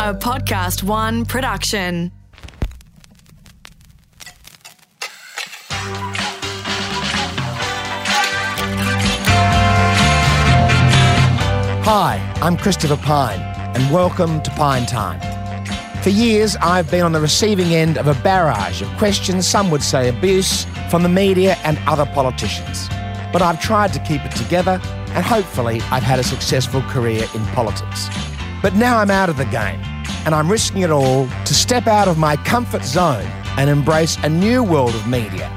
A Podcast One production. Hi, I'm Christopher Pine, and welcome to Pine Time. For years, I've been on the receiving end of a barrage of questions, some would say abuse, from the media and other politicians. But I've tried to keep it together, and hopefully, I've had a successful career in politics. But now I'm out of the game, and I'm risking it all to step out of my comfort zone and embrace a new world of media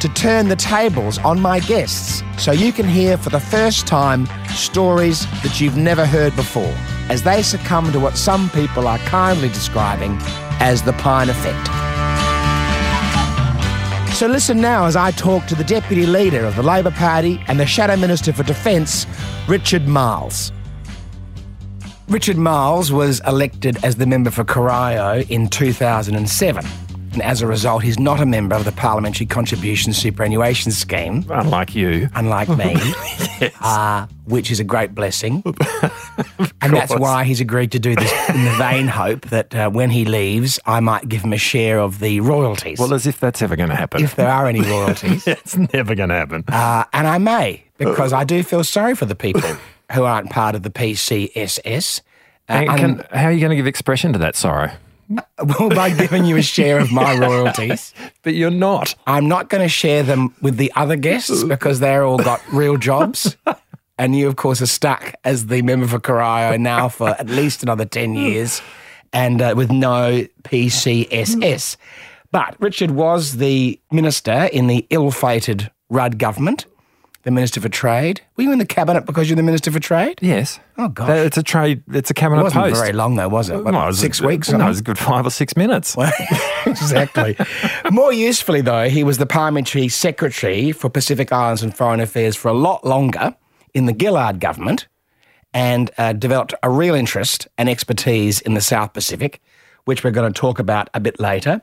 to turn the tables on my guests so you can hear for the first time stories that you've never heard before as they succumb to what some people are kindly describing as the pine effect. So listen now as I talk to the Deputy Leader of the Labor Party and the Shadow Minister for Defence, Richard Miles. Richard Miles was elected as the member for Corio in 2007, and as a result, he's not a member of the Parliamentary Contribution Superannuation Scheme, Unlike you. unlike me, uh, which is a great blessing. and that's course. why he's agreed to do this in the vain hope that uh, when he leaves, I might give him a share of the royalties, Well, as if that's ever going to happen. if there are any royalties. it's never going to happen. Uh, and I may, because I do feel sorry for the people who aren't part of the PCSS. Uh, And and- can- how are you going to give expression to that sorrow? well, by giving you a share of my royalties, But you're not. I'm not going to share them with the other guests because they're all got real jobs. And you, of course, are stuck as the member for Corio now for at least another 10 years and uh, with no PCSS. But Richard was the minister in the ill fated Rudd government, the minister for trade. Were you in the cabinet because you're the minister for trade? Yes. Oh, gosh. That- It's a trade. It's a cabinet It wasn't post. very long, though, was it? What, No, it was- six weeks? No, something? it was a good five or six minutes. exactly. More usefully, though, he was the parliamentary secretary for Pacific Islands and Foreign Affairs for a lot longer in the Gillard government and uh, developed a real interest and expertise in the South Pacific, which we're going to talk about a bit later.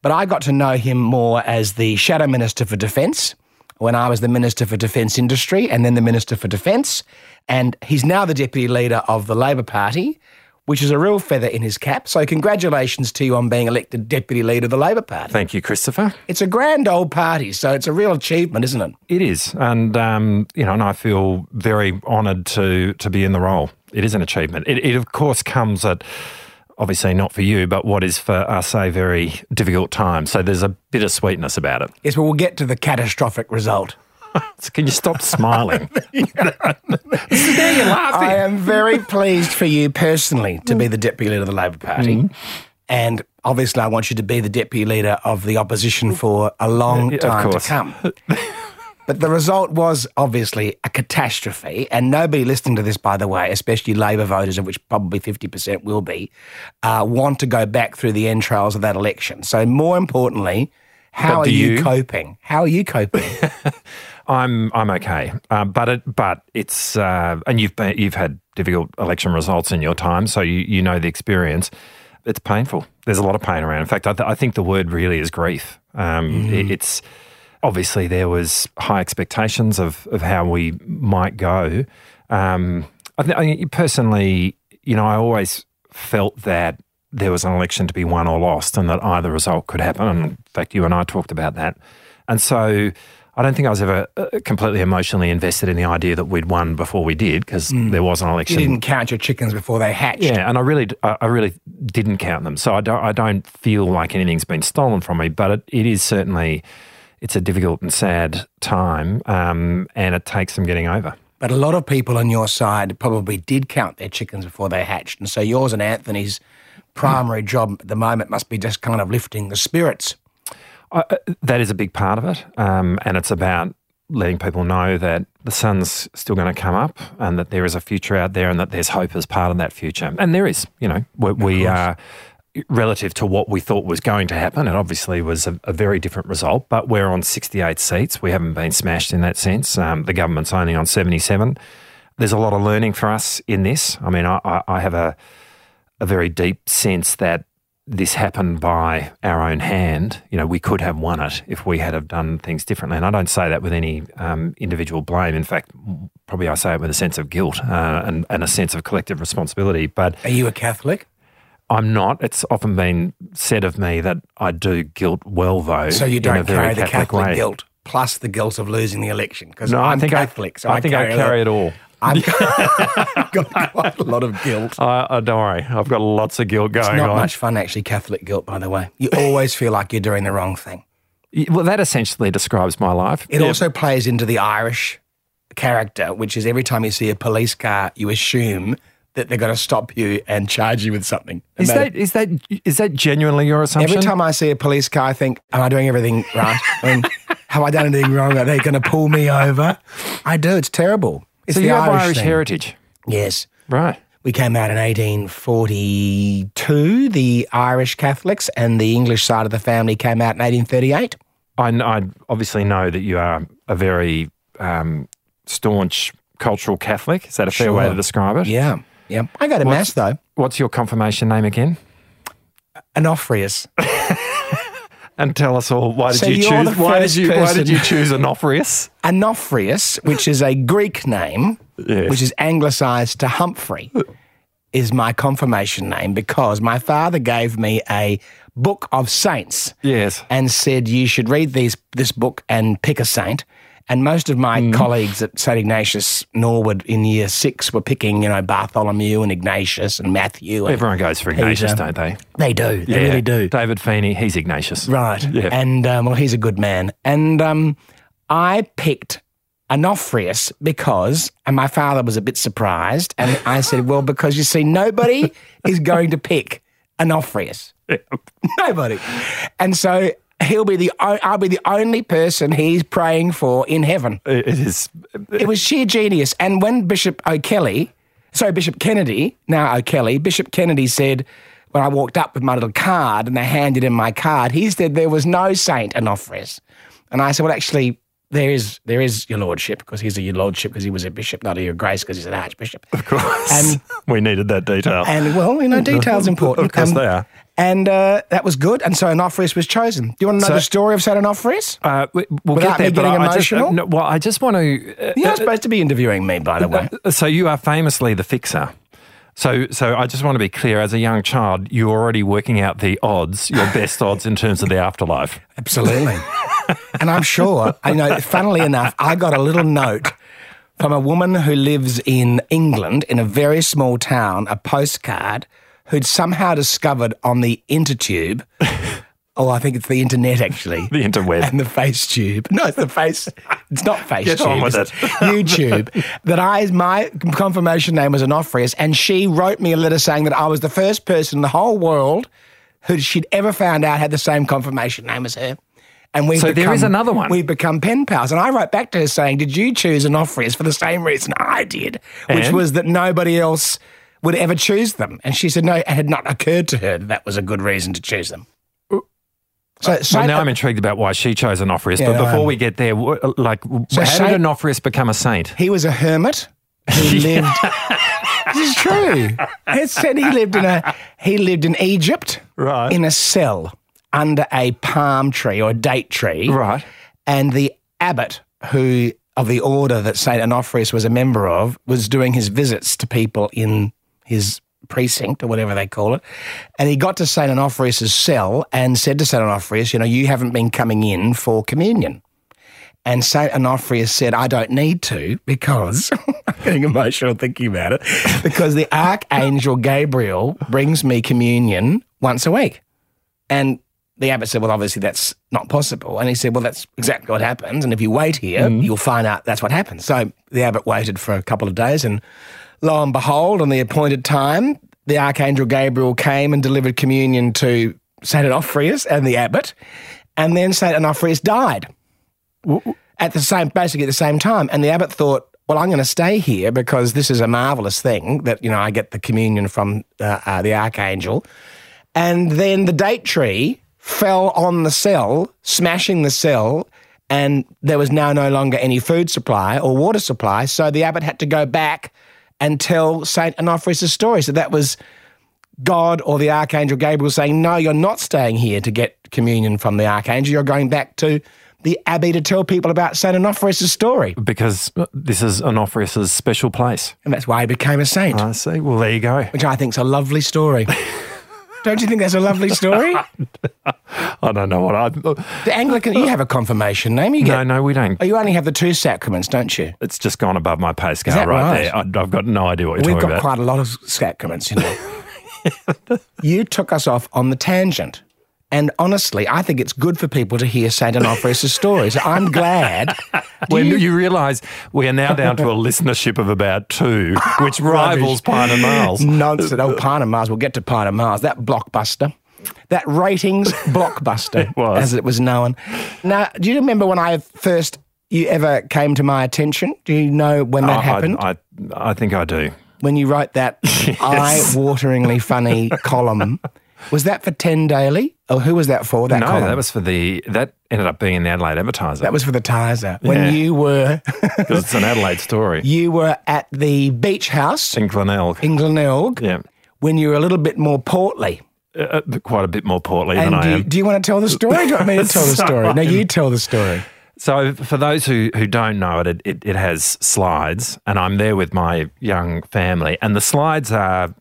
But I got to know him more as the Shadow Minister for Defence when I was the Minister for Defence Industry and then the Minister for Defence. And he's now the Deputy Leader of the Labor Party, which is a real feather in his cap. So, congratulations to you on being elected Deputy Leader of the Labor Party. Thank you, Christopher. It's a grand old party, so it's a real achievement, isn't it? It is, and um, you know, and I feel very honoured to to be in the role. It is an achievement. It, it of course comes at obviously not for you, but what is for us a very difficult time. So there's a bit of sweetness about it. Yes, but we'll get to the catastrophic result. So can you stop smiling? there you're laughing. I am very pleased for you personally to be Mm. the deputy leader of the Labor Party. And obviously, I want you to be the deputy leader of the opposition for a long Yeah, of time to course. come. But the result was obviously a catastrophe. And nobody listening to this, by the way, especially Labor voters, of which probably 50% will be, uh, want to go back through the entrails of that election. So, more importantly, how But are do you, you? coping? How are you coping? I'm I'm okay, uh, but it but it's uh, and you've been, you've had difficult election results in your time, so you, you know the experience. It's painful. There's a lot of pain around. In fact, I, th- I think the word really is grief. Um, it- it's obviously there was high expectations of of how we might go. Um, I, th- I personally, you know, I always felt that there was an election to be won or lost, and that either result could happen. And in fact, you and I talked about that. And so I don't think I was ever uh, completely emotionally invested in the idea that we'd won before we did because there was an Mm. you election. didn't count your chickens before they hatched. Yeah, and I really, I I really didn't count them. So I don't, I don't feel like anything's been stolen from me. But it, it is certainly, it's a difficult and sad time, um, and it takes some getting over. But a lot of people on your side probably did count their chickens before they hatched. And so yours and Anthony's primary Hmm. job at the moment must be just kind of lifting the spirits. I, uh, that is a big part of it, um, and it's about letting people know that the sun's still going to come up, and that there is a future out there, and that there's hope as part of that future, and there is. You know, we, we are relative to what we thought was going to happen. It obviously was a, a very different result, but we're on 68 seats. We haven't been smashed in that sense. Um, the government's only on 77. There's a lot of learning for us in this. I mean, I, I, I have a a very deep sense that this happened by our own hand. You know, we could have won it if we had have done things differently. And I don't say that with any um, individual blame. In fact, m- probably I say it with a sense of guilt uh, and, and a sense of collective responsibility. But Are you a Catholic? I'm not. It's often been said of me that I do guilt well, though. So you in a don't carry very the Catholic, way. guilt plus the guilt of losing the election because No, i I'm think Catholic, I, so I think I carry it all. I've got quite a lot of guilt. I, I don't worry. I've got lots of guilt going It's not on. much fun actually. Catholic guilt, by the way. You always feel like you're doing the wrong thing. Y- Well, that essentially describes my life. It also plays into the Irish character, which is every time you see a police car, you assume that they're going to stop you and charge you with something. no is matter- that is that is that genuinely your assumption? every time I see a police car, I think, "Am I doing everything right? I mean, have I done anything wrong? Are they going to pull me over?" I do. It's terrible. It's so the you have Irish, Irish thing. heritage, Yes. right? We came out in 1842, the Irish Catholics, and the English side of the family came out in 1838. I, kn- I obviously know that you are a very um, staunch cultural Catholic. Is that a fair way Sure. to describe it? Yeah. Yeah. I go to Mass, though. What's your confirmation name again? Anofrius. And tell us all why did So you you're choose? the Why did first you Why did person- you choose Onofrius? Anofrius, which is a Greek name, Yes. which is anglicized to Humphrey, is my confirmation name because my father gave me a book of saints yes. and said you should read these this book and pick a saint. And most of my colleagues at St Ignatius Norwood in year six were picking, you know, Bartholomew and Ignatius and Matthew. And Everyone goes for Ignatius, don't they? They do. They really do. David Feeney, he's Ignatius. Right. Yeah. And um, well, he's a good man. And um, I picked Onofrius because, and my father was a bit surprised. And I said, well, because you see, nobody is going to pick Onofrius. nobody. And so he'll be the, o- I'll be the only person he's praying for in heaven. It- it is. It was sheer genius. And when Bishop O'Kelly, sorry, Bishop Kennedy, now O'Kelly, Bishop Kennedy said, when I walked up with my little card and they handed him my card, he said there was no Saint Onofrius. And I said, well, actually, there is, there is your lordship because he's a your lordship because he was a bishop, not a your grace because he's an archbishop. Of course. And- we needed that detail. And well, you know, details important. Of course Um, they are. And uh, that was good. And so Onofrius was chosen. Do you want to know So- the story of Saint Onofrius? Uh, we- we'll Without get there, me but getting I- I just- uh, emotional? no, well, I just want to. You're not supposed to be interviewing me, by the way. Uh, so you are famously the fixer. So, so I just want to be clear. As a young child, you were already working out the odds, your best odds in terms of the afterlife. Absolutely. and I'm sure, you know, funnily enough, I got a little note from a woman who lives in England in a very small town, a postcard, who'd somehow discovered on the intertube, oh, I think it's the internet actually. The interweb. and the face tube. No, it's the face. It's not face Get tube. on with it's it. YouTube. That I, my confirmation name was Onofrius, and she wrote me a letter saying that I was the first person in the whole world who she'd ever found out had the same confirmation name as her. And we So there is another one. We've become pen pals. And I wrote back to her saying, Did you choose Onofrius for the same reason I did? Which And? was that nobody else would ever choose them. And she said, No, it had not occurred to her that that was a good reason to choose them. So, Uh, Well, Saint- now I'm intrigued about why she chose Onofrius. Yeah, but no, before I'm- we get there, wh- like, So how Saint- did Onofrius become a saint? He was a hermit. He lived. this is true. It said he lived in a he lived in Egypt, Right. In a cell under a palm tree or a date tree, Right. And the abbot who of the order that Saint Onofrius was a member of was doing his visits to people in his precinct or whatever they call it, and he got to Saint Onofrius's cell and said to Saint Onofrius, "You know, you haven't been coming in for communion." And St. Onofrius said, I don't need to because I'm getting emotional thinking about it. Because the Archangel Gabriel brings me communion once a week. And the abbot said, Well, obviously that's not possible. And he said, Well, that's exactly what happens. And if you wait here, you'll find out that's what happens. So the abbot waited for a couple of days. And lo and behold, on the appointed time, the Archangel Gabriel came and delivered communion to St. Onofrius and the abbot. And then St. Onofrius died at the same basically at the same time and the abbot thought well i'm going to stay here because this is a marvelous thing that you know i get the communion from uh, uh, the archangel and then the date tree fell on the cell smashing the cell and there was now no longer any food supply or water supply so the abbot had to go back and tell saint onofrius' story so that was God or the Archangel Gabriel saying, No, you're not staying here to get communion from the Archangel. You're going back to the Abbey to tell people about St. Onofrius' story. Because this is Onofrius's special place. And that's why he became a saint, I see. Well, there you go. which I think's a lovely story. Don't you think that's a lovely story? I don't know what I. the Anglican, you have a confirmation name. You No, get, no, we don't. oh, you only have the two sacraments, don't you? It's just gone above my pay scale that right, right? there. I, I've got no idea what We've you're talking got about. quite a lot of sacraments, you know. you took us off on the tangent. And honestly, I think it's good for people to hear St. Onofrius' stories. I'm glad. When you, realise we are now down to a listenership of about two, which rivals Pine and Miles. Nonsense. Oh, Pine and Mars. We'll get to Pine and Mars. That blockbuster. That ratings blockbuster, It was. as it was known. Now, do you remember when I first, you ever came to my attention? Do you know when that Oh, I, happened? I, I, I think I do. when you wrote that eye-wateringly funny column. Was that for 10 Daily? Or who was that for, that no, column? that was for the that ended up being an Adelaide advertiser. That was for the Tizer. When Yeah. you were because it's an Adelaide story you were at the beach house in Glenelg. in Glenelg Yeah, when you were a little bit more portly. Uh, uh, quite a bit more portly And than I do, you, am. do you want to tell the story? Do you want me to tell the story? No, you tell the story. So, for those who, who don't know it it, it, it has slides, and I'm there with my young family, and the slides are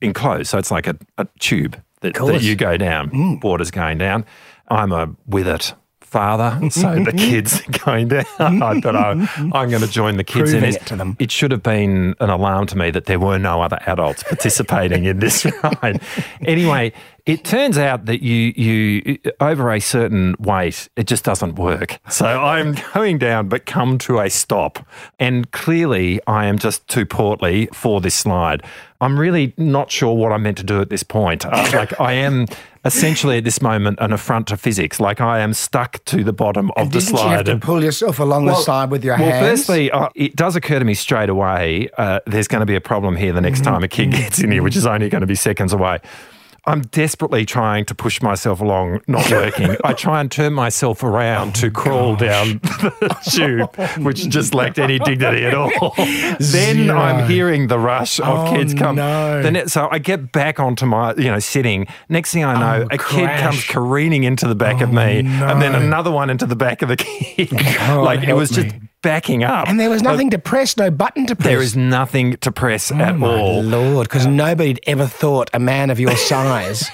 enclosed. So, it's like a, a tube that, that course. you go down, Mm. water's going down. I'm a with it father, so the kids are going down. I thought I, I'm going to join the kids Proving in this. it to them. It should have been an alarm to me that there were no other adults participating in this ride. Anyway, it turns out that you you over a certain weight, it just doesn't work. So I'm going down, but come to a stop, and clearly I am just too portly for this slide. I'm really not sure what I'm meant to do at this point. Uh, like I am. Essentially, at this moment, an affront to physics. Like I am stuck to the bottom of the Didn't you have slide. to pull yourself along the side with your well, hands? firstly, uh, it does occur to me straight away uh, there's going to be a problem here the Mm-hmm. next time a kid gets in here, which is only going to be seconds away. I'm desperately trying to push myself along, not working. I try and turn myself around to crawl down the tube, which just lacked any dignity at all. then Zero. I'm hearing the rush of Oh, kids come. no. The ne- so I get back onto my, you know, sitting. Next thing I know, Oh, a kid comes crash. Oh, careening into the back of me, and then no. another one into the back of the kid. God, like it Oh, help was just me. backing up. and there was Oh Like, nothing to press, no button to press. uh, there is nothing to press at all. Lord, because nobody'd ever thought a man of your size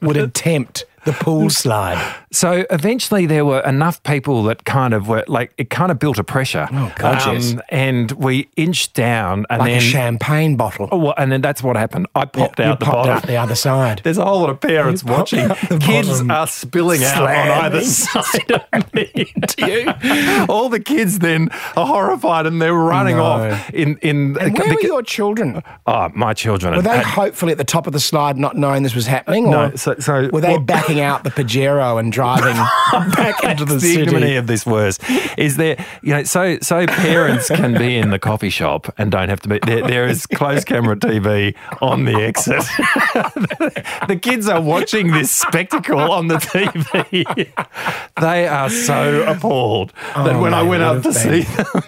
would attempt the pool slide. So eventually, there were enough people that kind of were like it kind of built a pressure. Oh God, yes. And we inched down, and Like a then champagne bottle. oh, well, and then that's what happened. I popped You out the popped bottom. out the other side. There's a whole lot of parents popped watching. out the Kids bottom. are spilling out on either side of me into you. All the kids then are horrified and they're running No. off in in. Where were your children? Oh, my children. Were they had- hopefully at the top of the slide, not knowing this was happening? Or No, so- so were they what- backing out the Pajero and driving back into the, the city? ignominy of this worse is there you know so so parents can be in the coffee shop and don't have to be there, there is closed camera tv on the exit the kids are watching this spectacle on the tv they are so appalled that when they i went up would to have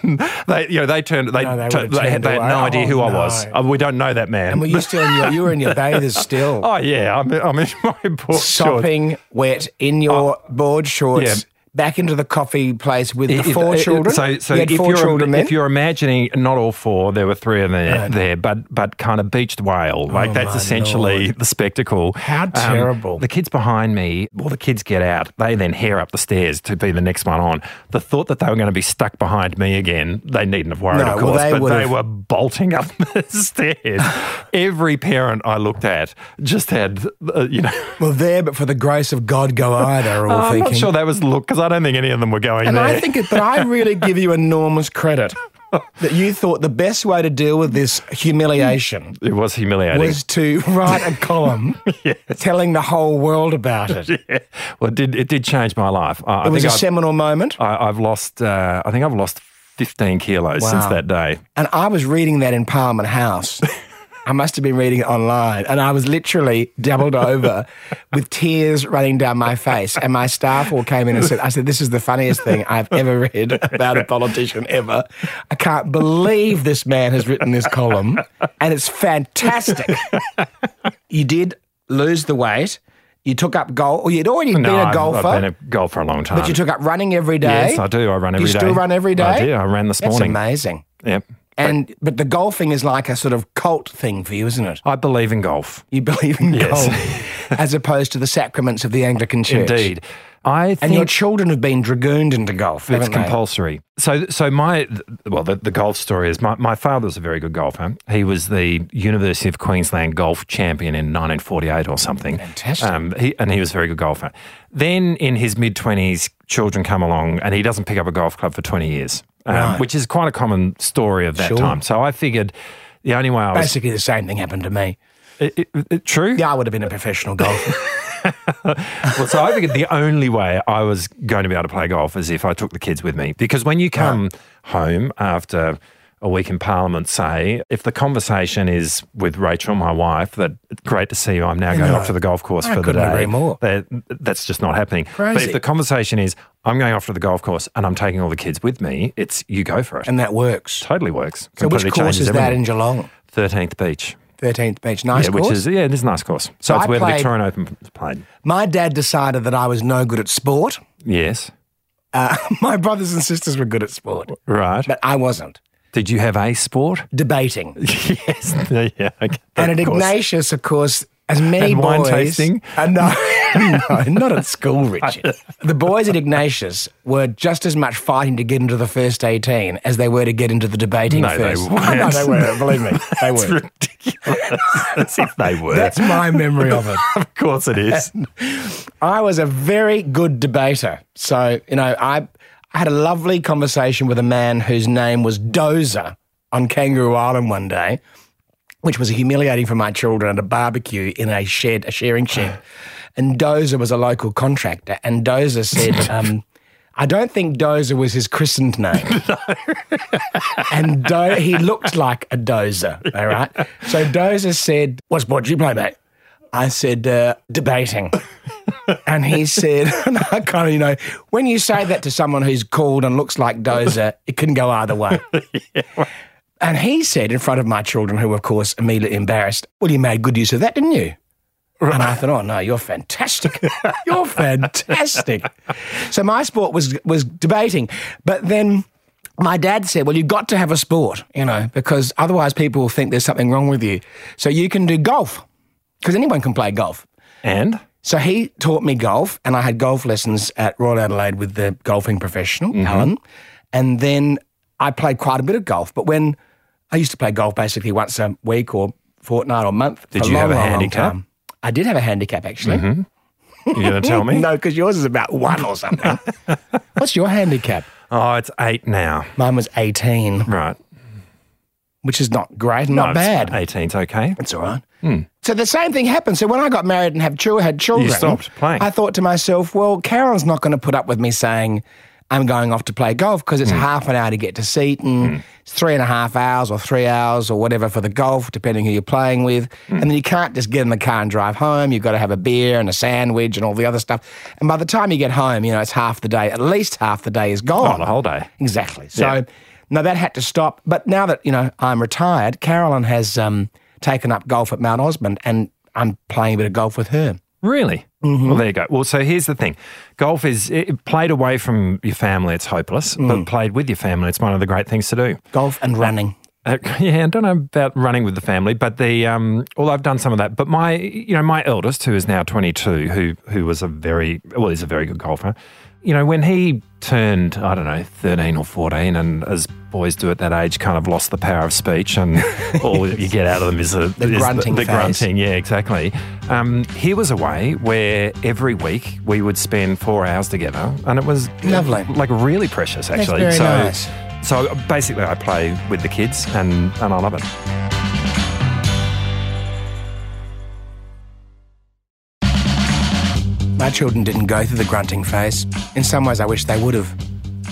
been. see them they you know they turned they, No, they would tu- have they, turned had, they had no away. idea who Oh, i was no. Uh, we don't know that man And were you still in your, you were in your bathers still? oh yeah i'm, I'm in my book sopping wet in your board shorts. Uh, yeah. Back into the coffee place with the If- four if- children. So, so you had if, four you're, children then. if you're imagining, not all four, there were three of them there, but but kind of beached whale. Like that's Oh my essentially the spectacle. Um, How terrible. the kids behind me, well, the kids get out. They then hair up the stairs to be the next one on. The thought that they were going to be stuck behind me again, they needn't have worried, No, of well, course, they but would they have- were bolting up the stairs. Every parent I looked at just had, uh, you know. well, there, but for the grace of God, go I. They're all Oh, I'm thinking. not sure that was the look because I don't think any of them were going And there. I think it- that I really give you enormous credit that you thought the best way to deal with this humiliation it was humiliating. was to write a column telling the whole world about it. It Yeah. Well, it did, it did change my life. I, I was think a I've, seminal moment. I, I've lost. Uh, I think I've lost fifteen kilos since Wow. that day. And I was reading that in Parliament House. I must have been reading it online. And I was literally doubled over with tears running down my face. And my staff all came in and said, I said, this is the funniest thing I've ever read about a politician ever. I can't believe this man has written this column. And it's fantastic. you did lose the weight. You took up golf. Or you'd already No, been a I've- golfer. I've been a golfer a long time. but you took up running every day. Yes, I do. I run Do every day. you still run every I day? do. I ran this That's morning. amazing. Yep. And but the golfing is like a sort of cult thing for you, isn't it? I believe in golf. You believe in Yes. golf. as opposed to the sacraments of the Anglican Church. Indeed. I think And your children have been dragooned into golf. It's haven't they? compulsory. So, so my well, the, the golf story is my, my father was a very good golfer. He was the University of Queensland golf champion in 1948 or something. Fantastic. Um, he, and he was a very good golfer. Then, in his mid 20s, children come along, and he doesn't pick up a golf club for 20 years, um, which is quite a common story of that Sure. time. So, I figured the only way I was Basically, the same thing happened to me. it, it- it- true. Yeah, I would have been a professional golfer. Well, so I figured the only way I was going to be able to play golf is if I took the kids with me. Because when you come home after a week in Parliament, say, if the conversation is with Rachel, my wife, that great to see you, I'm now going off to the golf course I for the couldn't day. agree more. that- that's just not happening. But Crazy. if the conversation is, I'm going off to the golf course and I'm taking all the kids with me, it's you go for it. and that works. totally works. So, which Completely course changes is that in everything. Geelong? 13th Beach. 13th Beach. Nice yeah, course. which is, yeah, it is a nice course. So, I it's where played- the Victorian Open is played. My dad decided that I was no good at sport. Yes. Uh, my brothers and sisters were good at sport, Right. but I wasn't. Did you have a sport? Debating. yes. Yeah. Okay. and Of at course. Ignatius, of course, as many And wine boys. tasting? Uh, no, no, not at school, Richard. the boys at Ignatius were just as much fighting to get into the first 18 as they were to get into the debating No, they first. weren't. no, they weren't. Believe me, they It's were. ridiculous. if they were. That's my memory of it. of course it is. I was a very good debater. So, you know, I, I had a lovely conversation with a man whose name was Dozer on Kangaroo Island one day, which was humiliating for my children at a barbecue in a shed, a sharing shed. And Dozer was a local contractor. And Dozer said, um, I don't think Dozer was his christened name. and do- he looked like a dozer, all right? So Dozer said, What sport do you play, mate? I said, uh, debating. And he said, and I kind of, you know, when you say that to someone who's called and looks like Dozer, it can go either way. And he said in front of my children, who were, of course, immediately embarrassed, Well, you made good use of that, didn't you? And I thought, oh no, you're fantastic. you're fantastic. So my sport was was debating. But then my dad said, Well, you've got to have a sport, you know, because otherwise people will think there's something wrong with you. So you can do golf. Because anyone can play golf. And So he taught me golf, and I had golf lessons at Royal Adelaide with the golfing professional, Mm-hmm. Alan. And then I played quite a bit of golf. But when I used to play golf basically once a week or fortnight or month. Did for you long, have a long, long handicap? Mm-hmm. time. I did have a handicap, actually. you're going to tell me? No, because yours is about one or something. What's your handicap? Oh, it's eight now. Mine was 18, Right. which is not great and No, not it's Hmm. bad. Eighteen's okay. It's all right. So the same thing happened. So when I got married and have chil- had children, stopped playing. I thought to myself, well, Carol's not going to put up with me saying I'm going off to play golf because it's Hmm. half an hour to get to Seaton, it's three and a half hours or three hours or whatever for the golf, depending who you're playing with. Hmm. And then you can't just get in the car and drive home. You've got to have a beer and a sandwich and all the other stuff. And by the time you get home, you know, it's half the day, at least half the day is gone. Oh, the whole day. Exactly. So Yeah. no, that had to stop. But now that you know I'm retired, Carolyn has um, taken up golf at Mount Osmond, and I'm playing a bit of golf with her. Really? Well, there you go. Well, so here's the thing: golf is it, played away from your family. It's hopeless, but played with your family, it's one of the great things to do. Golf and running. Uh, yeah, I don't know about running with the family, but the um, well, I've done some of that. But my, you know, my eldest, who is now twenty two, who who was a very well, he's a very good golfer. You know, when he turned, I don't know, thirteen or fourteen, and as boys do at that age, kind of lost the power of speech, and all you get out of them is, a, is the grunting The, phase. grunting, yeah, exactly. Um, here was a way where every week we would spend four hours together, and it was Lovely. like really precious, actually actually. That's very so, so basically, I play with the kids, and, and I love it. My children didn't go through the grunting phase. In some ways, I wish they would have.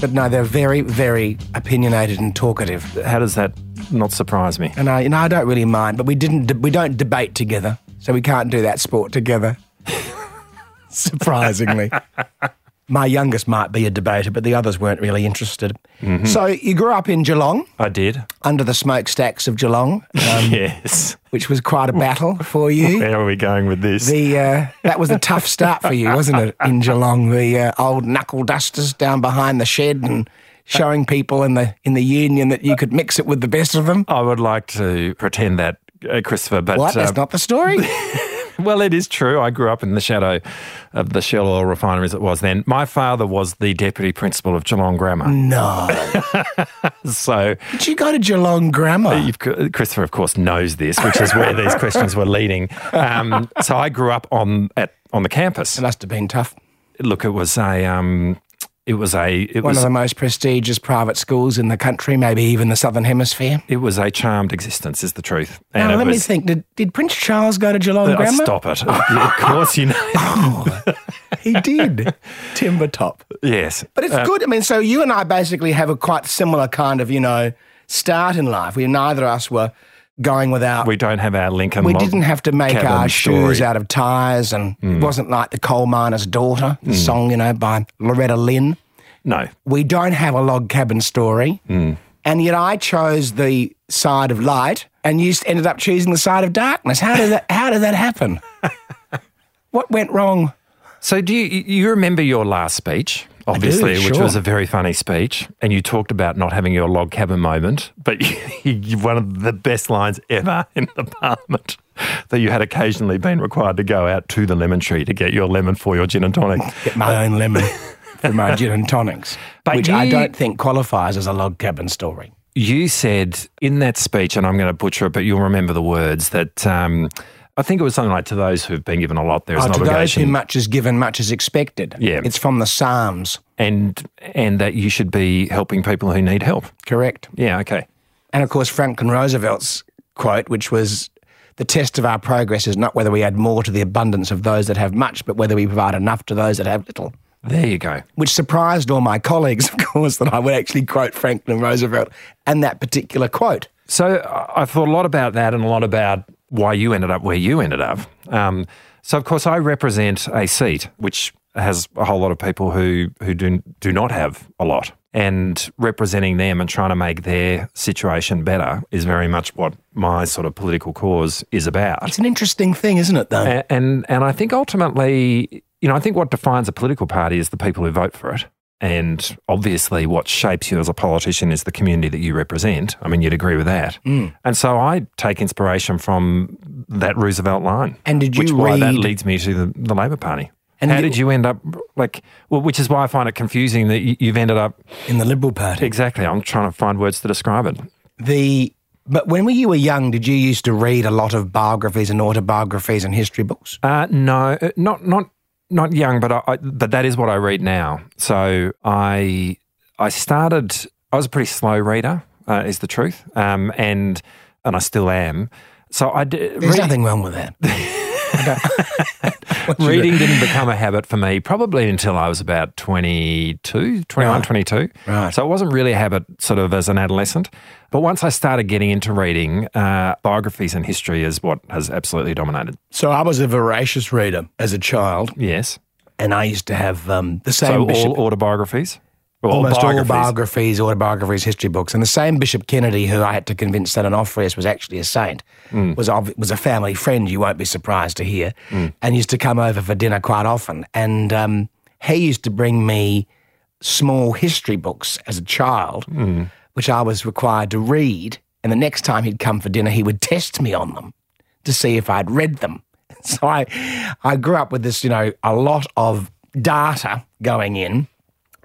But no, they're very, very opinionated and talkative, How does that not surprise me? and I, you know, I don't really mind. But we didn't, de- we don't debate together, so we can't do that sport together. Surprisingly. My youngest might be a debater, but the others weren't really interested. So you grew up in Geelong. I did. under the smokestacks of Geelong, Um, yes. which was quite a battle for you. Where are we going with this? The uh, that was a tough start for you, wasn't it? In Geelong, the uh, old knuckle dusters down behind the shed and showing people in the in the union that you could mix it with the best of them. I would like to pretend that, uh, Christopher, but What? uh, That's not the story. well, it is true. I grew up in the shadow of the Shell oil refinery as it was then. My father was the deputy principal of Geelong Grammar. No. So Did you go to Geelong Grammar? You've, Christopher, of course, knows this, which is where these questions were leading. Um, so I grew up on at on the campus. It must have been tough. Look, it was a um, it was a it One was of the most prestigious private schools in the country, maybe even the Southern Hemisphere. it was a charmed existence, is the truth. And Now, it let was, me think. Did, did Prince Charles go to Geelong Oh, Grammar? stop it! of course, you know. He did. Timber top. yes, But it's good. I mean, so you and I basically have a quite similar kind of, you know, start in life. We neither of us were going without. we don't have our Lincoln. We log didn't have to make cabin our story. shoes out of tyres, and it wasn't like the coal miner's daughter, the song you know by Loretta Lynn. No, We don't have a log cabin story, and yet I chose the side of light, and you ended up choosing the side of darkness. How did that? how did that happen? what went wrong? So do you you remember your last speech? Obviously, which sure. was a very funny speech, and you talked about not having your log cabin moment, but you, you, one of the best lines ever in the parliament that you had occasionally been required to go out to the lemon tree to get your lemon for your gin and tonic. Get my own lemon for my gin and tonics, But which I you- don't think qualifies as a log cabin story. you said in that speech, and I'm going to butcher it, but you'll remember the words that um, I think it was something like to those who've been given a lot, there is Oh, an to those who obligation, much is given, much is expected. Yeah. it's from the Psalms. and and that you should be helping people who need help. Correct. Yeah, okay. And of course, Franklin Roosevelt's quote, which was the test of our progress is not whether we add more to the abundance of those that have much, but whether we provide enough to those that have little. There you go. Which surprised all my colleagues, of course, that I would actually quote Franklin Roosevelt and that particular quote. So I- I thought a lot about that and a lot about why you ended up where you ended up. Um, so of course I represent a seat which has a whole lot of people who who do do not have a lot, and representing them and trying to make their situation better is very much what my sort of political cause is about. It's an interesting thing, isn't it, though? A- and and I think ultimately, you know, I think what defines a political party is the people who vote for it. And obviously, what shapes you as a politician is the community that you represent. I mean, you'd agree with that. Mm. And so, I take inspiration from that Roosevelt line. And did you which why that read- leads me to the, the Labor Party? And And how you- did you end up like? Well, which is why I find it confusing that you, you've ended up In the Liberal Party. exactly. I'm trying to find words to describe it. The but when you were young, did you used to read a lot of biographies and autobiographies and history books? Uh, no, uh, not not not young, but I, I, but that is what I read now. So I I started. I was a pretty slow reader, uh, is the truth, um, and and I still am. So I d- There's reading- nothing wrong with that. reading didn't become a habit for me probably until I was about 22, 21, 22. Right. So it wasn't really a habit sort of as an adolescent. But once I started getting into reading, uh, biographies and history is what has absolutely dominated. So I was a voracious reader as a child, Yes. and I used to have um, the same So bishop. all autobiographies? Or almost all biographies, autobiographies, history books, and the same Bishop Kennedy, who I had to convince that Onofrius was actually a saint, was ob- was a family friend. You won't be surprised to hear, and used to come over for dinner quite often. And um, he used to bring me small history books as a child, which I was required to read. And the next time he'd come for dinner, he would test me on them to see if I'd read them. So I, I grew up with this, you know, a lot of data going in.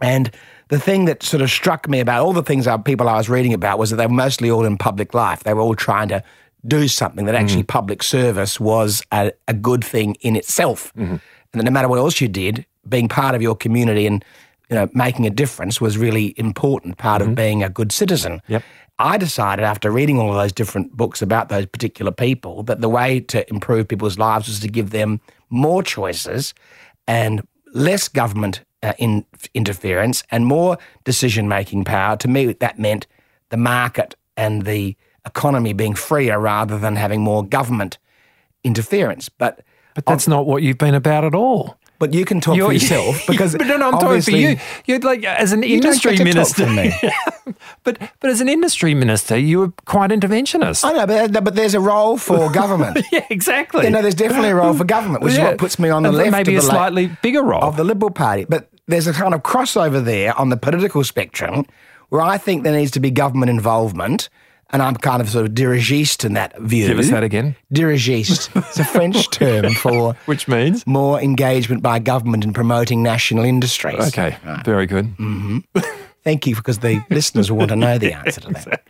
And the thing that sort of struck me about all the things I, people I was reading about was that they were mostly all in public life. They were all trying to do something that actually public service was a, a good thing in itself. And that no matter what else you did, being part of your community and you know, making a difference was really important part of being a good citizen. Yep. I decided after reading all of those different books about those particular people that the way to improve people's lives was to give them more choices and less government uh, in, interference and more decision making power. To me, that meant the market and the economy being freer rather than having more government interference. But But that's not what you've been about at all. but you can talk for yourself because but no, no, I'm talking for obviously you. You're like as an you don't industry get to talk for minister. me. But but as an industry minister, you were quite interventionist. I know, but, but there's a role for government. yeah, exactly. Yeah, no, there's definitely a role for government, which is Yeah. what puts me on the And left Maybe of a the la- slightly bigger role. of the Liberal Party. But there's a kind of crossover there on the political spectrum where I think there needs to be government involvement and I'm kind of sort of dirigiste in that view. Give us that again. Dirigiste. It's a French term for Which means. more engagement by government in promoting national industries. Okay, very good. Thank you, because the listeners want to know the answer to that.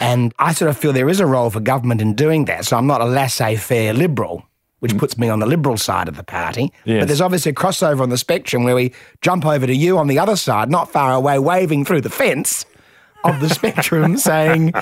And I sort of feel there is a role for government in doing that. So I'm not a laissez faire liberal, which puts me on the liberal side of the party. Yes. But there's obviously a crossover on the spectrum where we jump over to you on the other side, not far away, waving through the fence of the spectrum, saying,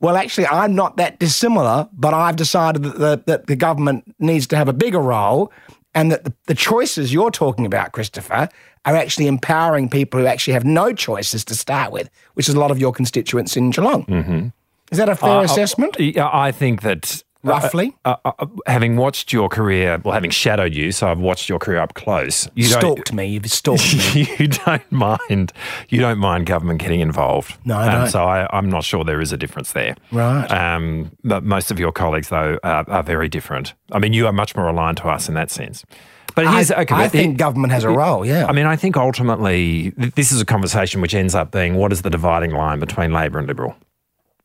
well, actually, I'm not that dissimilar, but I've decided that the, that the government needs to have a bigger role. And that the, the choices you're talking about, Christopher, are actually empowering people who actually have no choices to start with, which is a lot of your constituents in Geelong. Mm-hmm. Is that a fair assessment, Yeah, I think that roughly? uh, uh, having watched your career, well, having shadowed you, so I've watched your career up close. You don't, stalked me. You've stalked me. you don't mind, you don't mind government getting involved. No, I Um, don't. so I, I'm not sure there is a difference there. Right. Um, but most of your colleagues, though, are, are very different. I mean, you are much more aligned to us in that sense. But I, here's, okay, I but think it- government has a role, yeah. I mean, I think ultimately th- this is a conversation which ends up being what is the dividing line between Labor and Liberal?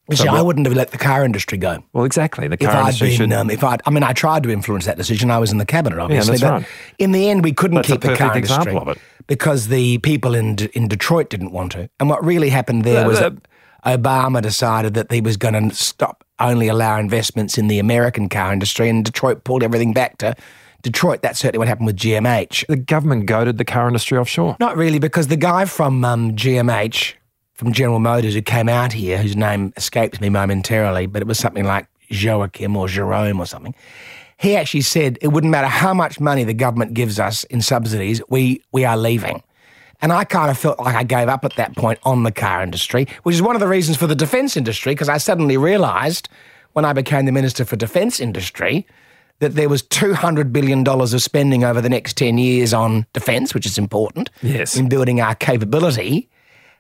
You See, I wouldn't have let the car industry go. Well, exactly. The If car I'd industry been, should. um, if I, I mean, I tried to influence that decision. I was in the cabinet, obviously. that's but right. in the end, we couldn't That's a keep the perfect car industry example of it. because the people in D- in Detroit didn't want to. And what really happened there Uh, was uh, that Obama decided that he was going to stop only allow investments in the American car industry, and Detroit pulled everything back to Detroit. That's certainly what happened with GMH. the government goaded the car industry offshore. Not really, because the guy from um, GMH, from General Motors, who came out here, whose name escapes me momentarily, but it was something like Joachim or Jerome or something. He actually said it wouldn't matter how much money the government gives us in subsidies, we, we are leaving. And I kind of felt like I gave up at that point on the car industry, which is one of the reasons for the defence industry, because I suddenly realised when I became the Minister for Defence Industry that there was $200 billion of spending over the next 10 years on defence, which is important Yes. in building our capability.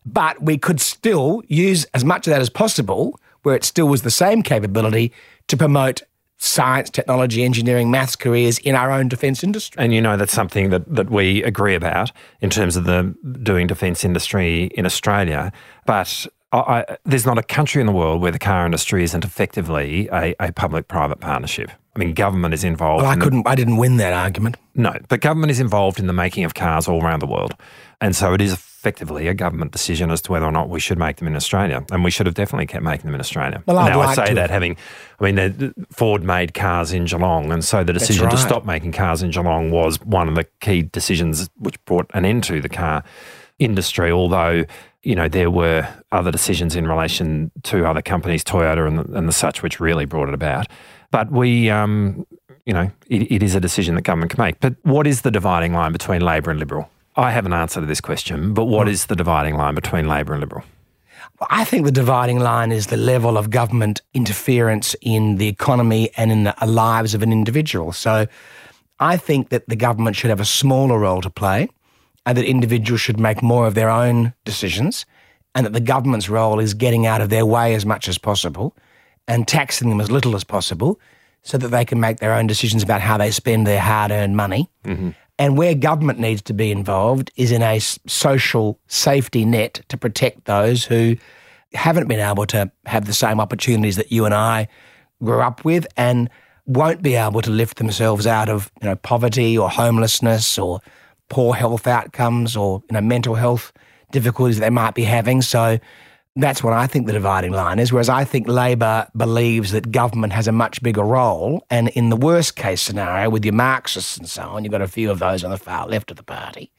But we could still use as much of that as possible, where it still was the same capability, to promote science, technology, engineering, maths careers in our own defence industry. And you know that's something that, that we agree about in terms of the doing defence industry in Australia. But I, I, there's not a country in the world where the car industry isn't effectively a, a public-private partnership. I mean, government is involved. But I in the- couldn't, I didn't win that argument. No, but government is involved in the making of cars all around the world. And so it is effectively a government decision as to whether or not we should make them in Australia. And we should have definitely kept making them in Australia. Well, I'd now, like I say to that having, I mean, the- Ford made cars in Geelong. And so the decision to right. stop making cars in Geelong was one of the key decisions which brought an end to the car industry. Although, you know, there were other decisions in relation to other companies, Toyota and the, and the such, which really brought it about. But we, um, you know, it, it is a decision that government can make. But what is the dividing line between Labor and Liberal? I have an answer to this question, but what is the dividing line between Labor and Liberal? I think the dividing line is the level of government interference in the economy and in the lives of an individual. So I think that the government should have a smaller role to play and that individuals should make more of their own decisions and that the government's role is getting out of their way as much as possible and taxing them as little as possible so that they can make their own decisions about how they spend their hard earned money. And where government needs to be involved is in a s- social safety net to protect those who haven't been able to have the same opportunities that you and I grew up with and won't be able to lift themselves out of you know poverty or homelessness or poor health outcomes or you know mental health difficulties they might be having. So that's what I think the dividing line is. Whereas I think Labor believes that government has a much bigger role. And in the worst case scenario, with your Marxists and so on, you've got a few of those on the far left of the party.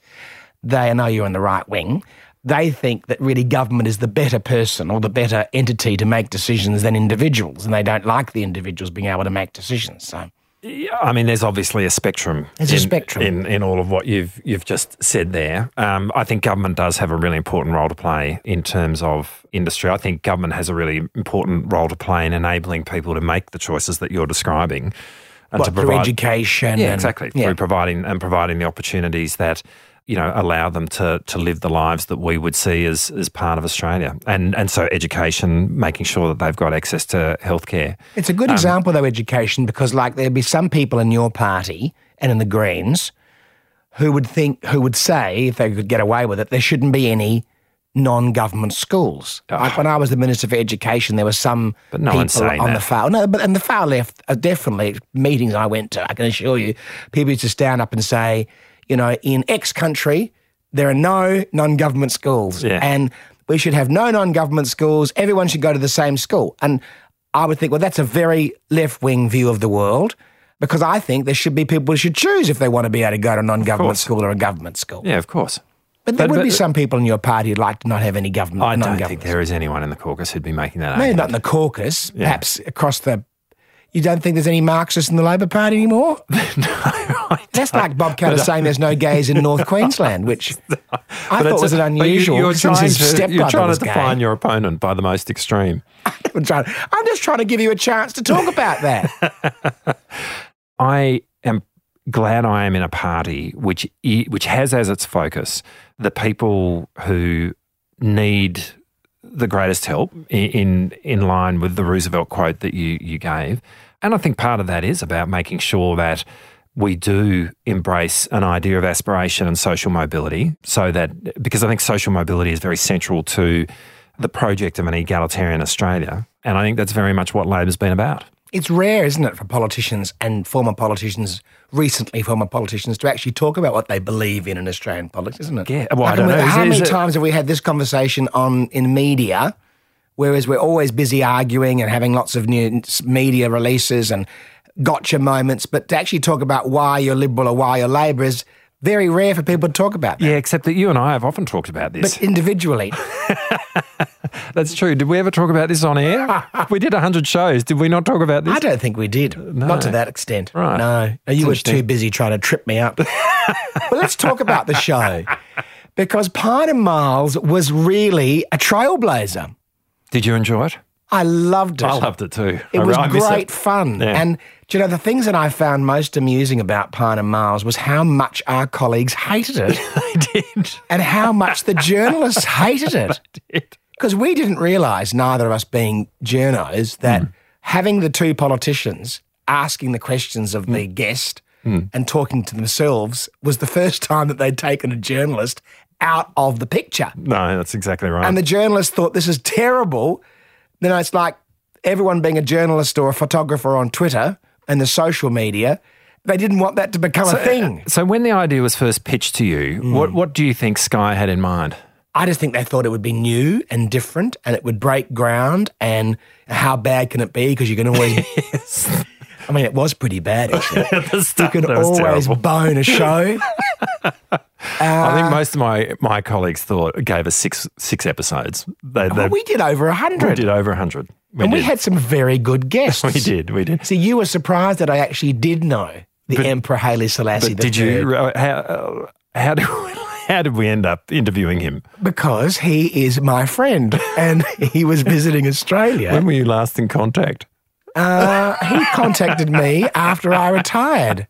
They know you're on the right wing. They think that really government is the better person or the better entity to make decisions than individuals. And they don't like the individuals being able to make decisions. So Yeah, I mean, there's obviously a spectrum. There's a in, spectrum. in in all of what you've you've just said there. Um, I think government does have a really important role to play in terms of industry. I think government has a really important role to play in enabling people to make the choices that you're describing, and what, through education. yeah, and- exactly. Yeah. Through providing and providing the opportunities that you know allow them to to live the lives that we would see as as part of Australia, and and so education, making sure that they've got access to healthcare. It's a Um, good example, though, education, because like there'd be some people in your party and in the Greens who would think, who would say, if they could get away with it, there shouldn't be any non government schools. Like when I was the Minister for Education, there were some But no people one's saying on that. the far no, but and the far left are definitely meetings I went to, I can assure you, people used to stand up and say, you know, in X country, there are no non government schools. Yeah. And we should have no non government schools. Everyone should go to the same school. And I would think, well, that's a very left wing view of the world. Because I think there should be people who should choose if they want to be able to go to a non-government course. school or a government school. Yeah, of course. But there But- would be but- some people in your party who'd like to not have any government. I don't non-government. think there is anyone in the caucus who'd be making that Maybe argument. not in the caucus. Perhaps across the. You don't think there's any Marxists in the Labor Party anymore? That's like Bob Catter saying there's no gays in North Queensland, which I uh, But thought it's was a- an but you- unusual. You're since trying his to, you're stepbrother trying was to define gay. your opponent by the most extreme. I'm, trying- I'm just trying to give you a chance to talk about that. I am glad I am in a party which i- which has as its focus the people who need the greatest help i- in in line with the Roosevelt quote that you you gave, and I think part of that is about making sure that. We do embrace an idea of aspiration and social mobility, so that because I think social mobility is very central to the project of an egalitarian Australia. And I think that's very much what Labor's been about. it's rare, isn't it, for politicians and former politicians, recently former politicians, to actually talk about what they believe in in Australian politics, isn't it? Yeah, well, I Like, don't mean, know. Is How it- is many it- times have we had this conversation on in media? Whereas we're always busy arguing and having lots of new s- media releases and gotcha moments, but to actually talk about why you're liberal or why you're Labor is very rare for people to talk about. That. Yeah, except that you and I have often talked about this. But individually, That's true. Did we ever talk about this on air? we did 100 shows. Did we not talk about this? I don't think we did. Not to that extent. Right. No. No, you were Interesting. too busy trying to trip me up. but let's talk about the show. Because Pine and Miles was really a trailblazer. Did you enjoy it? I loved it. I loved it too. It I- was I miss great fun. Yeah. And do you know the things that I found most amusing about Pine and Miles was how much our colleagues hated it I did. and how much the journalists hated it. did. Because we didn't realise, neither of us being journos, that Hmm. having the two politicians asking the questions Hmm. of the guest and talking to themselves was the first time that they'd taken a journalist out of the picture. No, that's exactly right. And the journalist thought, this is terrible. You know, it's like everyone being a journalist or a photographer on Twitter and the social media. They didn't want that to become a thing. so, when the idea was first pitched to you, what, what do you think Sky had in mind? I just think they thought it would be new and different and it would break ground. And how bad can it be? Because you can always. I mean, it was pretty bad, actually. At the You start, can that was always terrible. bone a show. I think most of my, my colleagues thought gave us six six episodes. They, they Well, Oh, we did over a 100. we did over 100. We and did. we had some very good guests. we did. We did. So you were surprised that I actually did know the Emperor Haile Selassie. Did you? uh, How, uh, how, do, how did we end up interviewing him? Because he is my friend and he was visiting Australia. When were you last in contact? Uh, he contacted me after I retired.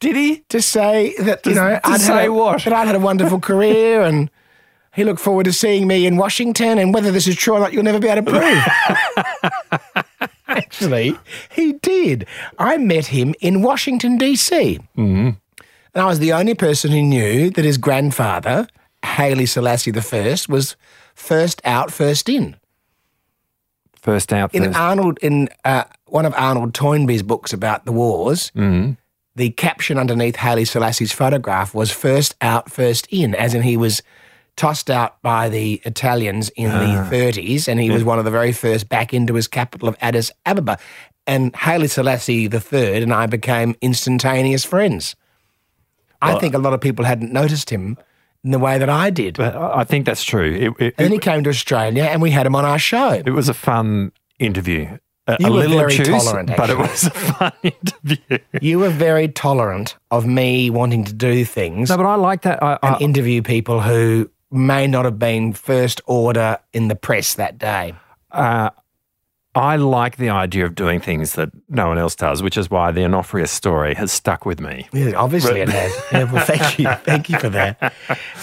Did he? to say that you To- know to I'd say had a, what? that I'd had a wonderful career and he looked forward to seeing me in Washington and whether this is true or not you'll never be able to prove. Actually, he did. I met him in Washington D.C. Mm-hmm. and I was the only person who knew that his grandfather Haley Selassie I was first out, first in. First out, In first. Arnold, in uh, one of Arnold Toynbee's books about the wars, the caption underneath Haley Selassie's photograph was first out, first in, as in he was tossed out by the Italians in the 30s, and he was one of the very first back into his capital of Addis Ababa. And Haley Selassie III and I became instantaneous friends. I think a lot of people hadn't noticed him in the way that I did. But I I think that's true. It, and then it, he came to Australia and we had him on our show. it was a fun interview. A, You a were little very obtuse, tolerant, but it actually. was a fun interview. You were very tolerant of me wanting to do things No, but I like that. I, and I, interview people who may not have been first order in the press that day. uh, I like the idea of doing things that no one else does, which is why the Onofrius story has stuck with me. Yeah, obviously it has. Yeah, well, thank you. Thank you for that.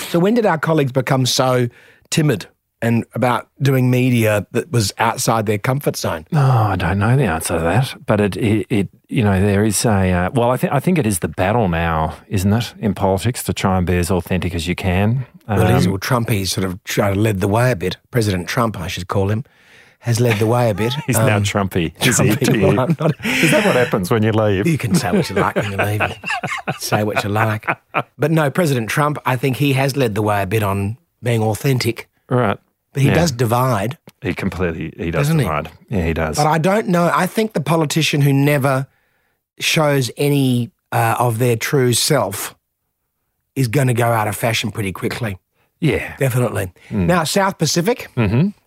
So when did our colleagues become so timid and about doing media that was outside their comfort zone. No, I don't know the answer to that, but it, it, it you know, there is a uh, well. I think I think it is the battle now, isn't it, in politics to try and be as authentic as you can. Well, he's, Um, well, Trump, he's sort of tried to lead the way a bit. President Trump, I should call him, has led the way a bit. he's now um, Trumpy. Is, he Trumpy. to you? Well, I'm not- is that what happens when you leave? You can say what you like when you leave. it. say what you like. But no, President Trump, I think he has led the way a bit on being authentic, Right. but he Yeah. does divide. He completely. He does Doesn't he? divide. Yeah, he does. But I don't know. I think the politician who never shows any uh, of their true self is going to go out of fashion pretty quickly. yeah. Definitely. Now, South Pacific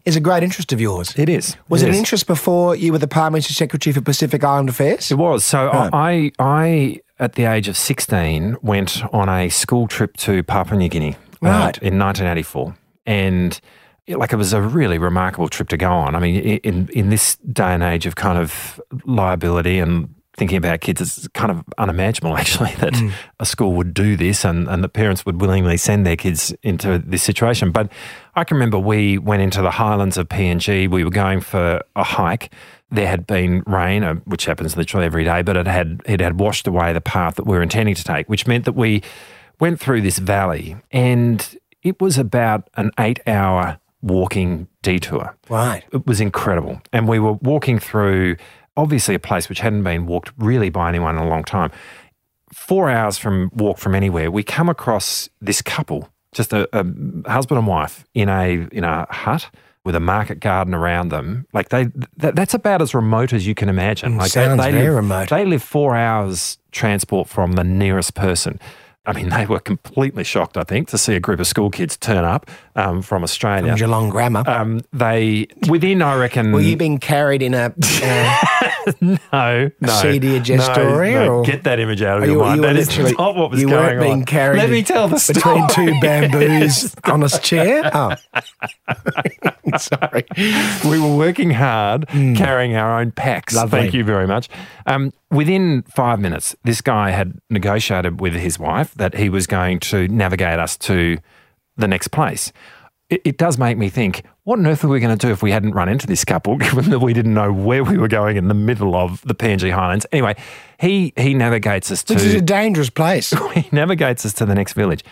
is a great interest of yours. Hmm. Mm-hmm. It is. Was it is. an interest before you were the Prime Minister Secretary for Pacific Island Affairs? It was. So I, I, at the age of 16, went on a school trip to Papua New Guinea uh, Right. in 1984. And it, like it was a really remarkable trip to go on. I mean, i- in, in this day and age of kind of liability and thinking about kids, it's kind of unimaginable actually that a school would do this and, and that parents would willingly send their kids into this situation. But I can remember we went into the highlands of PNG. We were going for a hike there had been rain, uh, which happens literally every day, but it had it had washed away the path that we were intending to take, which meant that we went through this valley, and it was about an eight-hour walking detour. Right. It was incredible, and we were walking through obviously a place which hadn't been walked really by anyone in a long time. Four hours from walk from anywhere, we come across this couple, just a, a husband and wife in a in a hut. With a market garden around them, like they, th- that's about as remote as you can imagine. Like Mm, sounds very live, remote. They live four hours transport from the nearest person. I mean, they were completely shocked. I think to see a group of school kids turn up um, from Australia. Geelong Grammar. um, they within, I reckon. were you being carried in a. Uh, No, no. CD Gestori No, no, or- Oh, Get that image out of you- your mind. you were That is literally- not what was you going weren't on. being carried Let me tell the story. between two bamboos on a chair? Oh. Sorry. we were working hard carrying our own packs. Mm. Lovely. Thank you very much. Um, within five minutes, this guy had negotiated with his wife that he was going to navigate us to the next place. It, it does make me think what on earth were we going to do if we hadn't run into this couple, given that we didn't know where we were going in the middle of the PNG Highlands? Anyway, he, he navigates us to. Which is a dangerous place. he navigates us to the next village.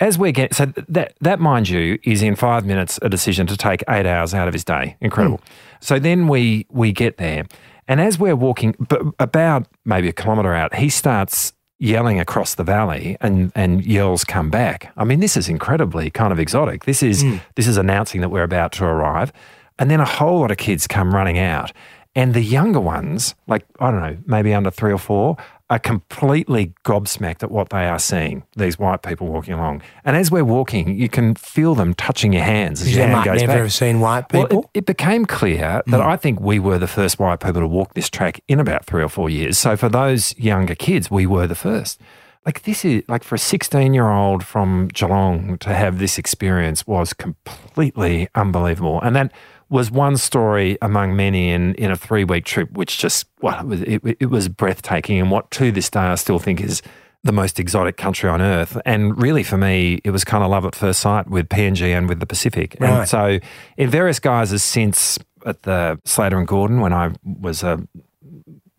As we get so th- that that mind you is in five minutes a decision to take eight hours out of his day. Incredible. So then we we get there, and as we're walking, b- about maybe a kilometre out, he starts yelling across the valley, and and yells come back. I mean, this is incredibly kind of exotic. This is this is announcing that we're about to arrive, and then a whole lot of kids come running out, and the younger ones, like, I don't know, maybe under three or four, are completely gobsmacked at what they are seeing, these white people walking along. And as we're walking, you can feel them touching your hands as your You hand might goes never back. have seen white Well, people. it- it, became clear that I think we were the first white people to walk this track in about three or four years. So for those younger kids, we were the first. Like this is like for a 16 year old from Geelong to have this experience was completely unbelievable. And that was one story among many in, in a three week trip, which just, well, it was, it, it was breathtaking. And what to this day I still think is the most exotic country on earth. And really for me, it was kind of love at first sight with PNG and with the Pacific. Right. And so in various guises since at the Slater and Gordon when I was a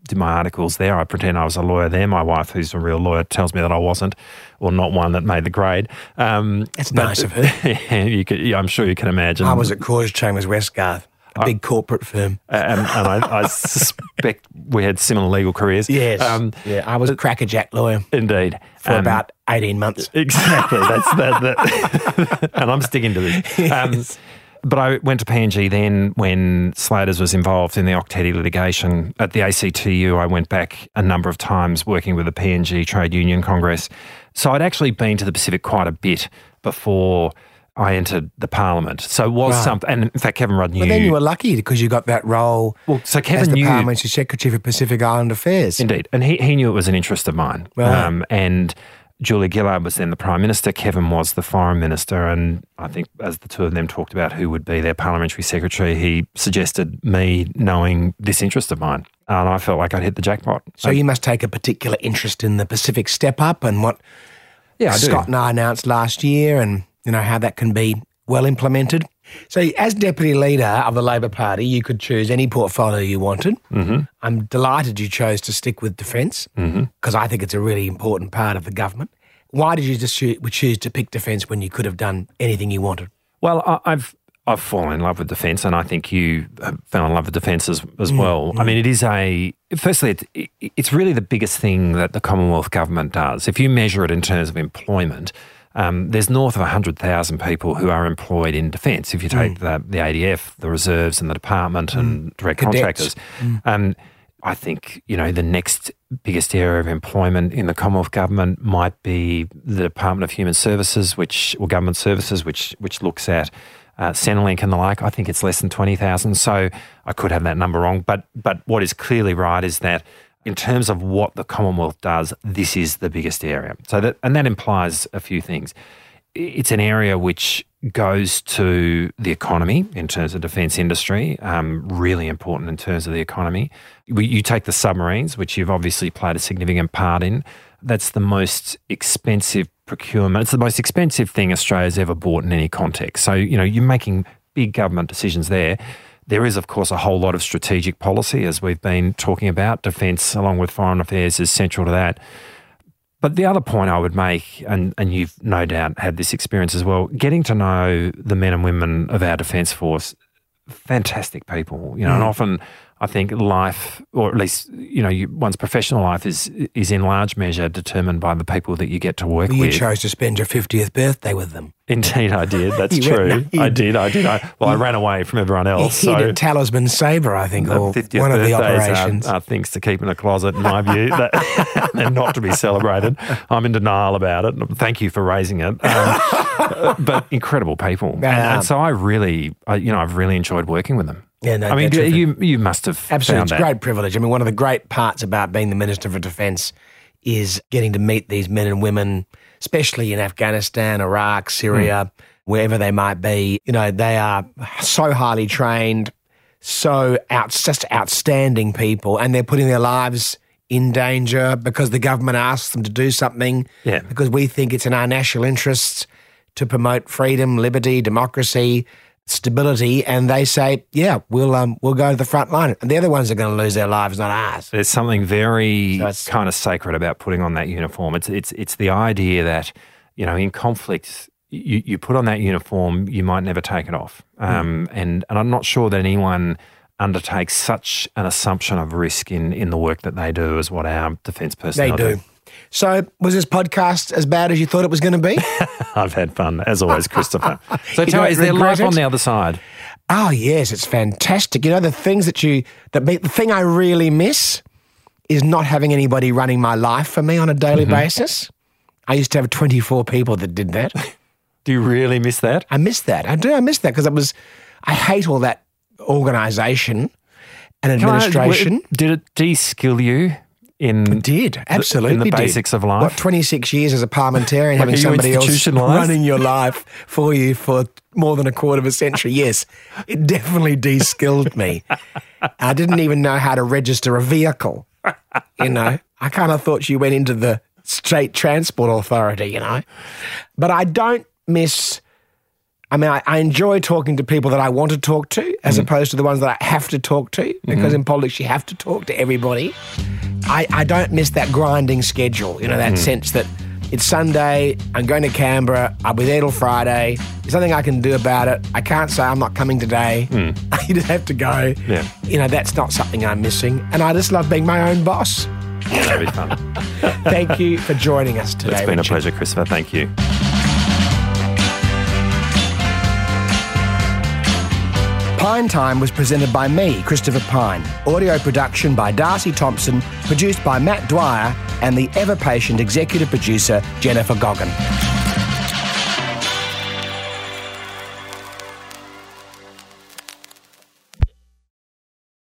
did my articles there. I pretend I was a lawyer there. My wife, who's a real lawyer, tells me that I wasn't, or not one that made the grade. Um, That's nice of her. you could, yeah, I'm sure you can imagine. I was at Cause Chambers Westgarth, Uh, a big corporate firm. and, and I, I suspect we had similar legal careers. Um, yeah, I was a crackerjack lawyer indeed. for Um, about 18 months. Exactly. That's that. that. and I'm sticking to this. Um, but I went to PNG then when Slaters was involved in the Octeti litigation. At the ACTU, I went back a number of times working with the PNG Trade Union Congress. So I'd actually been to the Pacific quite a bit before I entered the Parliament. So it was something. And in fact, Kevin Rudd knew. But then you were lucky because you got that role well, so as Kevin the knew. Parliamentary Secretary for Pacific Island Affairs. Indeed. And he, he knew it was an interest of mine. Right. Um, and Julia Gillard was then the Prime Minister, Kevin was the Foreign Minister. And I think as the two of them talked about who would be their Parliamentary Secretary, he suggested me knowing this interest of mine. And I felt like I'd hit the jackpot. So you must take a particular interest in the Pacific Step Up and what yeah, I do. Scott and I announced last year, and you know how that can be well implemented. So, as deputy leader of the Labor Party, you could choose any portfolio you wanted. Mm-hmm. I'm delighted you chose to stick with defence Mm-hmm. because I think it's a really important part of the government. Why did you just choo- choose to pick defence when you could have done anything you wanted? Well, I, I've I've fallen in love with defence, and I think you uh, fell in love with defence as, as well. I mean, it is a firstly, it's, it, it's really the biggest thing that the Commonwealth government does. If you measure it in terms of employment, um, there's north of hundred thousand people who are employed in defence. If you take the, the ADF, the reserves, and the department and direct contractors, um, I think you know the next biggest area of employment in the Commonwealth government might be the Department of Human Services, which or Government Services, which which looks at uh, Centrelink and the like. I think it's less than twenty thousand, so I could have that number wrong. But but what is clearly right is that in terms of what the Commonwealth does, this is the biggest area. So that and that implies a few things it's an area which goes to the economy in terms of defence industry, um, really important in terms of the economy. We- You take the submarines, which you've obviously played a significant part in. That's the most expensive procurement. It's the most expensive thing Australia's ever bought in any context. So, you know, you're making big government decisions there. There is, of course, a whole lot of strategic policy, as we've been talking about. Defence, along with foreign affairs, is central to that. But the other point I would make, and, and you've no doubt had this experience as well, getting to know the men and women of our Defence Force, fantastic people, you know, Mm. and often I think life, or at least, you know, you, one's professional life is is in large measure determined by the people that you get to work You with. chose to spend your 50th birthday with them. Indeed, I did. That's You went true. I did. I did. I, well, I ran away from everyone else. He so- did Talisman Sabre, I think, the or 50th one of the birthdays are- operations. Are, things to keep in a closet, in my view. That- They're not to be celebrated. I'm in denial about it. Thank you for raising it. Um, but incredible people, and, Yeah. and so I really, I, you know, I've really enjoyed working with them. Yeah, no, I mean, they're you you must have Absolutely, found it's a that. great privilege. I mean, one of the great parts about being the Minister for Defence is getting to meet these men and women, especially in Afghanistan, Iraq, Syria, Hmm. wherever they might be. You know, they are so highly trained, so out, just outstanding people, and they're putting their lives in danger because the government asks them to do something. Yeah. Because we think it's in our national interests to promote freedom, liberty, democracy, stability, and they say, "Yeah, we'll um, we'll go to the front line," and they're the ones that are going to lose their lives, not ours. There's something very That's- kind of sacred about putting on that uniform. It's it's it's the idea that you know in conflict you, you put on that uniform, you might never take it off. Hmm. Um, And and I'm not sure that anyone undertakes such an assumption of risk in in the work that they do as what our defence They personnel do. So, was this podcast as bad as you thought it was going to be? I've had fun as always, Christopher. so You tell me, don't is there regret life on it? the other side? Oh yes, it's fantastic. You know the things that you the, be- the thing I really miss is not having anybody running my life for me on a daily basis. I used to have 24 people that did that. Do you really miss that? I miss that. I do. I miss that because it was I hate all that organization and Can I- administration. did it de-skill you in did absolutely in the did. basics of life? What 26 years as a parliamentarian having are you somebody else institutionalised? running your life for you for more than a quarter of a century. Yes, it definitely de-skilled me. I didn't even know how to register a vehicle. You know, I kind of thought you went into the state transport authority. You know, but I don't miss. I mean, I, I enjoy talking to people that I want to talk to Mm-hmm. as opposed to the ones that I have to talk to because in politics you have to talk to everybody. I, I don't miss that grinding schedule, you know, that Mm-hmm. sense that it's Sunday, I'm going to Canberra, I'll be there till Friday, there's nothing I can do about it, I can't say I'm not coming today, you just have to go. Mm. Yeah. You know, that's not something I'm missing. And I just love being my own boss. That'd be fun. Thank you for joining us today. It's been a Richard. pleasure, Christopher. Thank you. Pine Time was presented by me, Christopher Pine. Audio production by Darcy Thompson, produced by Matt Dwyer, and the ever patient executive producer, Jennifer Goggin.